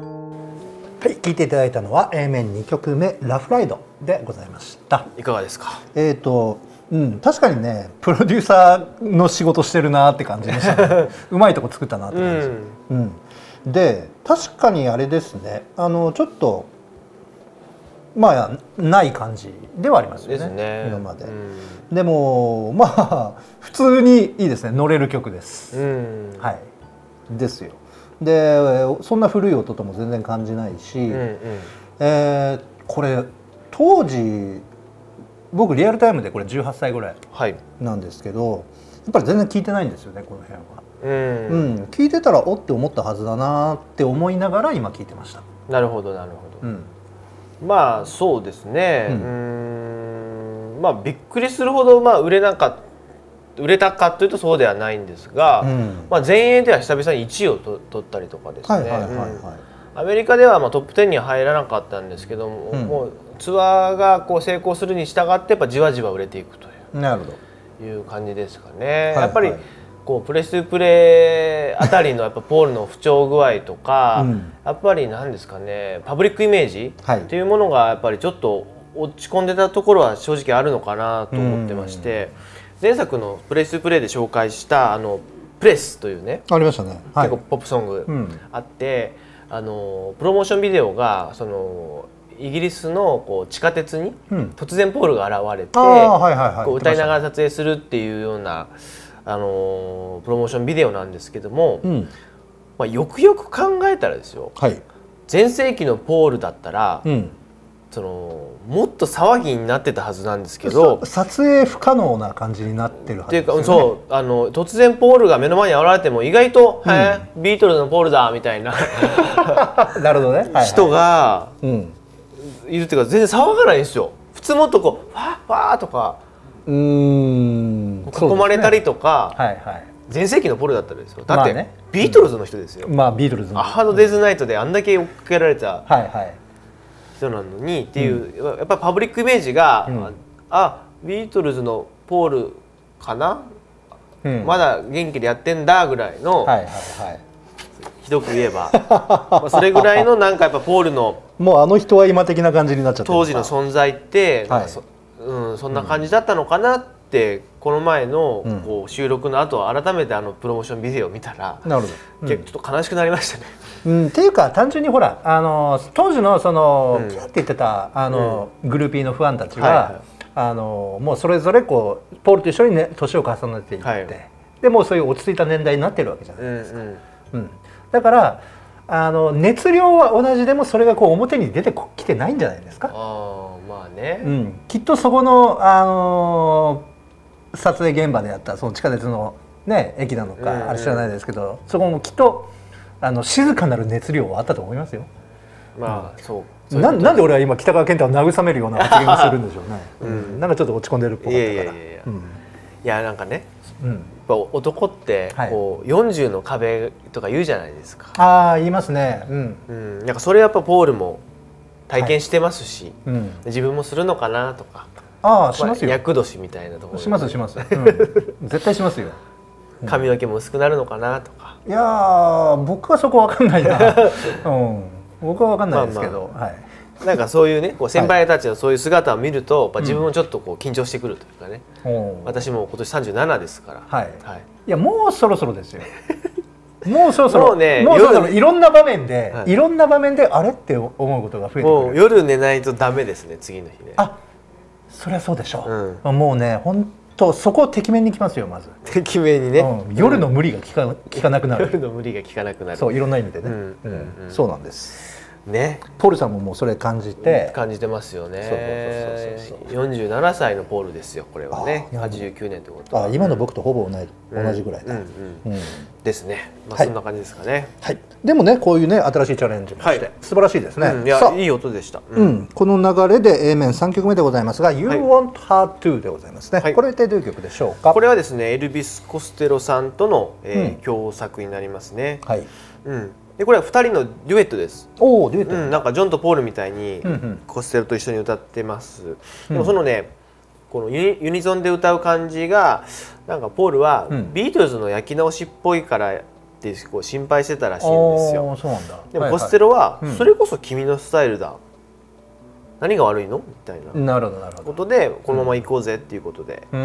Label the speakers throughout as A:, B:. A: はい、聞いていただいたのは A 面2曲目「ラフライド」でございました。
B: いかがですか
A: えーとうん、確かにねプロデューサーの仕事してるなって感じでした、 ね、うまいとこ作ったなって感じ、うんで確かにあれですねあのちょっとまあない感じではありますよね
B: ですね
A: 今まで、
B: うん
A: でもまあ普通にいいですね乗れる曲です、
B: うん
A: はいですよでそんな古い音とも全然感じないし、
B: うんうん
A: えーこれ当時僕リアルタイムでこれ18歳ぐらい
B: はい
A: なんですけどやっぱり全然聞いてないんですよねこの辺は、
B: う
A: うんん聞いてたらおって思ったはずだなって思いながら今聞いてました、
B: なるほどなるほど
A: うん、
B: まあそうですね、
A: う
B: うんーん、まあびっくりするほどまあ売れなかっ売れたかというとそうではないんですが、
A: うん
B: まあ、前衛では久々に1位をと取ったりとかです
A: はい
B: ね、
A: はいはい
B: うん
A: はい
B: アメリカではまあトップ10には入らなかったんですけども,、
A: うん
B: もうツアーがこう成功するに従ってやっぱじわじわ売れていくという。
A: なるほど
B: いう感じですかね、
A: いはい
B: やっぱりこうプレスプレーあたりのやっぱポールの不調具合とか、
A: うん
B: やっぱりなんですかねパブリックイメージ
A: はい
B: っていうものがやっぱりちょっと落ち込んでたところは正直あるのかなと思ってまして、前作の「プレスプレー」で紹介した「あのプレス」というね、
A: ありましたねはい
B: 結構ポップソング
A: うん
B: あって、あのプロモーションビデオがそのイギリスのこう地下鉄に
A: うん
B: 突然ポールが現れて、
A: ああはいはいはい
B: こう歌いなが
A: ら
B: ら撮影するっていうような、あのープロモーションビデオなんですけども、
A: うん
B: まあ、よくよく考えたらですよ
A: はい
B: 全盛期のポールだったら、
A: うん
B: そのもっと騒ぎになってたはずなんですけど
A: さ。撮影不可能な感じになってるは
B: っ
A: ず
B: てい
A: で
B: う
A: すよ
B: か
A: ね
B: そうあの突然ポールが目の前に現れても意外と、えービートルズのポールだみたいな
A: なるほどね、はいはい
B: 人が
A: うん
B: いるっていうか全然騒がないんですよ普通もっとこう「わーわー」とか
A: うーん
B: 囲まれたり
A: と
B: とか、
A: はいはい
B: 全盛期のポールだったらですよだ
A: ま
B: っ
A: あ
B: て、
A: ね
B: ビートルズの人ですよ、
A: まあビートルズの
B: あ
A: は
B: ハードデイズナイトであんだけ追っかけられた
A: いはい
B: 人なのにっていう、やっぱりパブリックイメージが、
A: ん
B: あビートルズのポールかな、
A: うん
B: まだ元気でやってんだぐらいの、
A: はいはいはい
B: ひどく言えばまあそれぐらいのなんかやっぱポールの
A: もうあの人は今的な感じになっちゃってる
B: 当時の存在っ
A: は
B: て、
A: い
B: なんかそうん、そんな感じだったのかなって、この前の
A: うん
B: こう収録の後改めてあのプロモーションビデオを見たら、
A: なるほど、
B: 結構ちょっと悲しくなりましたね。
A: うん、っていうか単純にほらあの当時のその、キャーって言ってたあの、グルーピーのファンたちは、
B: はいはい
A: あのもうそれぞれこうポールと一緒にね年を重ねていって、
B: はい
A: でもうそういう落ち着いた年代になってるわけじゃない、
B: うんうん
A: うん、だからあの熱量は同じでもそれがこう表に出てこきてないんじゃないですか
B: あーまあね、
A: うん、きっとそこの、あのー撮影現場でやったその地下鉄の、ね、駅なのか、
B: うんうん
A: あれ知らないですけどそこもきっとあの静かなる熱量はあったと思いますよ。
B: まあそうそういう
A: な
B: こと
A: なんで俺は今北川健太を慰めるような発言をするんでしょうね、うんなんかちょっと落ち込んでるっぽか
B: い
A: っ
B: や
A: たか
B: いや
A: ら
B: いやいや、
A: うん
B: いやなんかね
A: うん
B: やっぱ男って
A: はい
B: こう40の壁とか言うじゃないですか、
A: ああ言いますねうん
B: うん、なんかそれやっぱポールも体験してますし、
A: うん
B: 自分もするのかなとか
A: ああします
B: まあ
A: よ
B: 厄年みたいなところで
A: しますし ます、うん、絶対しますよ
B: 髪の毛も薄くなるのかなとか、
A: いやー僕はそこわかんない な、うん、僕はわかんないですけど、はい
B: なんかそういうねこう先輩たちのそういう姿を見ると、やっぱ自分もちょっとこう緊張してくるというかね、
A: うん
B: 私も今年37ですから、
A: はい
B: はい、
A: いやもうそろそろ ですよもうそろそろ
B: もうね
A: そろそろ
B: 夜
A: いろんな場面で、、
B: はいい
A: ろんな場面であれって思うことが増えて
B: も
A: く
B: う
A: る
B: 夜寝ないとダメですね次の日ね
A: あそりゃそうでしょう、もうね本当そこをてきめんにきますよまず、
B: てきめにね、
A: うん夜の無理が効か効かなくなる
B: 夜の無理が効かなくなる
A: そういろんな意味でね、
B: うんうんうん
A: そうなんです
B: ね
A: ポルさんももうそれ感じて、
B: 感じてますよね
A: そうそうそうそう
B: 47歳のポールですよこれはね
A: あー
B: 89年ってこと
A: あ今の僕とほぼ同じ,、同じぐらいだ、
B: うんうん
A: うん
B: ですねまあ
A: はい
B: そんな感じですかね、
A: はい、でもねこういうね新しいチャレンジもして、
B: はい
A: 素晴らしいですね、
B: うんい
A: さあ
B: やいい音でした、
A: う
B: うん
A: ん、この流れで A 面3曲目でございますが「You
B: はい
A: Want Her To」でございますね、
B: はい
A: これ一体どういう曲でしょうか
B: これはですねエルビス・コステロさんとの、えー
A: うん
B: 共作になりますね、
A: はい
B: うん、でこれは2人のデュエットです
A: おおデュエット、
B: うん、なんかジョンとポールみたいに
A: うんうん
B: コステロと一緒に歌ってます、でもそのねこのユニユニゾンで歌う感じがなんかポールは
A: うん
B: ビートルズの焼き直しっぽいからってこう心配してたらしいんですよ
A: おーそうなんだ
B: でもコステ
A: ロ、
B: ロは
A: うん
B: それこそ君のスタイルだ、何が悪いのみたいな
A: はいはいなるほどなるほ
B: こ
A: ど
B: とでこのまま行こうぜっていうことで、
A: うん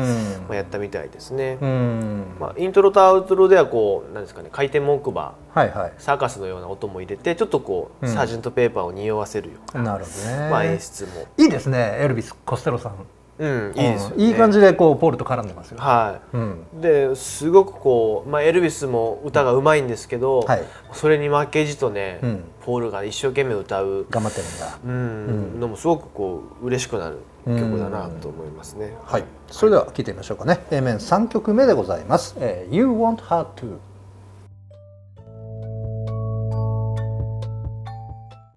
B: まあ、やったみたいですね、
A: うん
B: まあ、イントロとアウトロではこうなんですかね回転木馬
A: はいはい
B: サーカスのような音も入れてちょっとこう、
A: うん
B: サージェントペーパーを匂わせるよう
A: なるほど
B: な、
A: ね、
B: まあ、演出も、
A: いいですねエルビス・コステロさん
B: うん、いいですよね、
A: うんいい感じでこうポールと絡んでますよ、
B: は
A: うん
B: いですごくこう、まあ、エルビスも歌がうまいんですけど、
A: はい
B: それに負けじとね、
A: うん
B: ポールが一生懸命歌う、
A: 頑張ってるんだ
B: うんのもすごくこう嬉しくなる曲だなと思いますね。
A: はい、それでは聞いてみましょうかね A 面3曲目でございます「えー You Want Her To」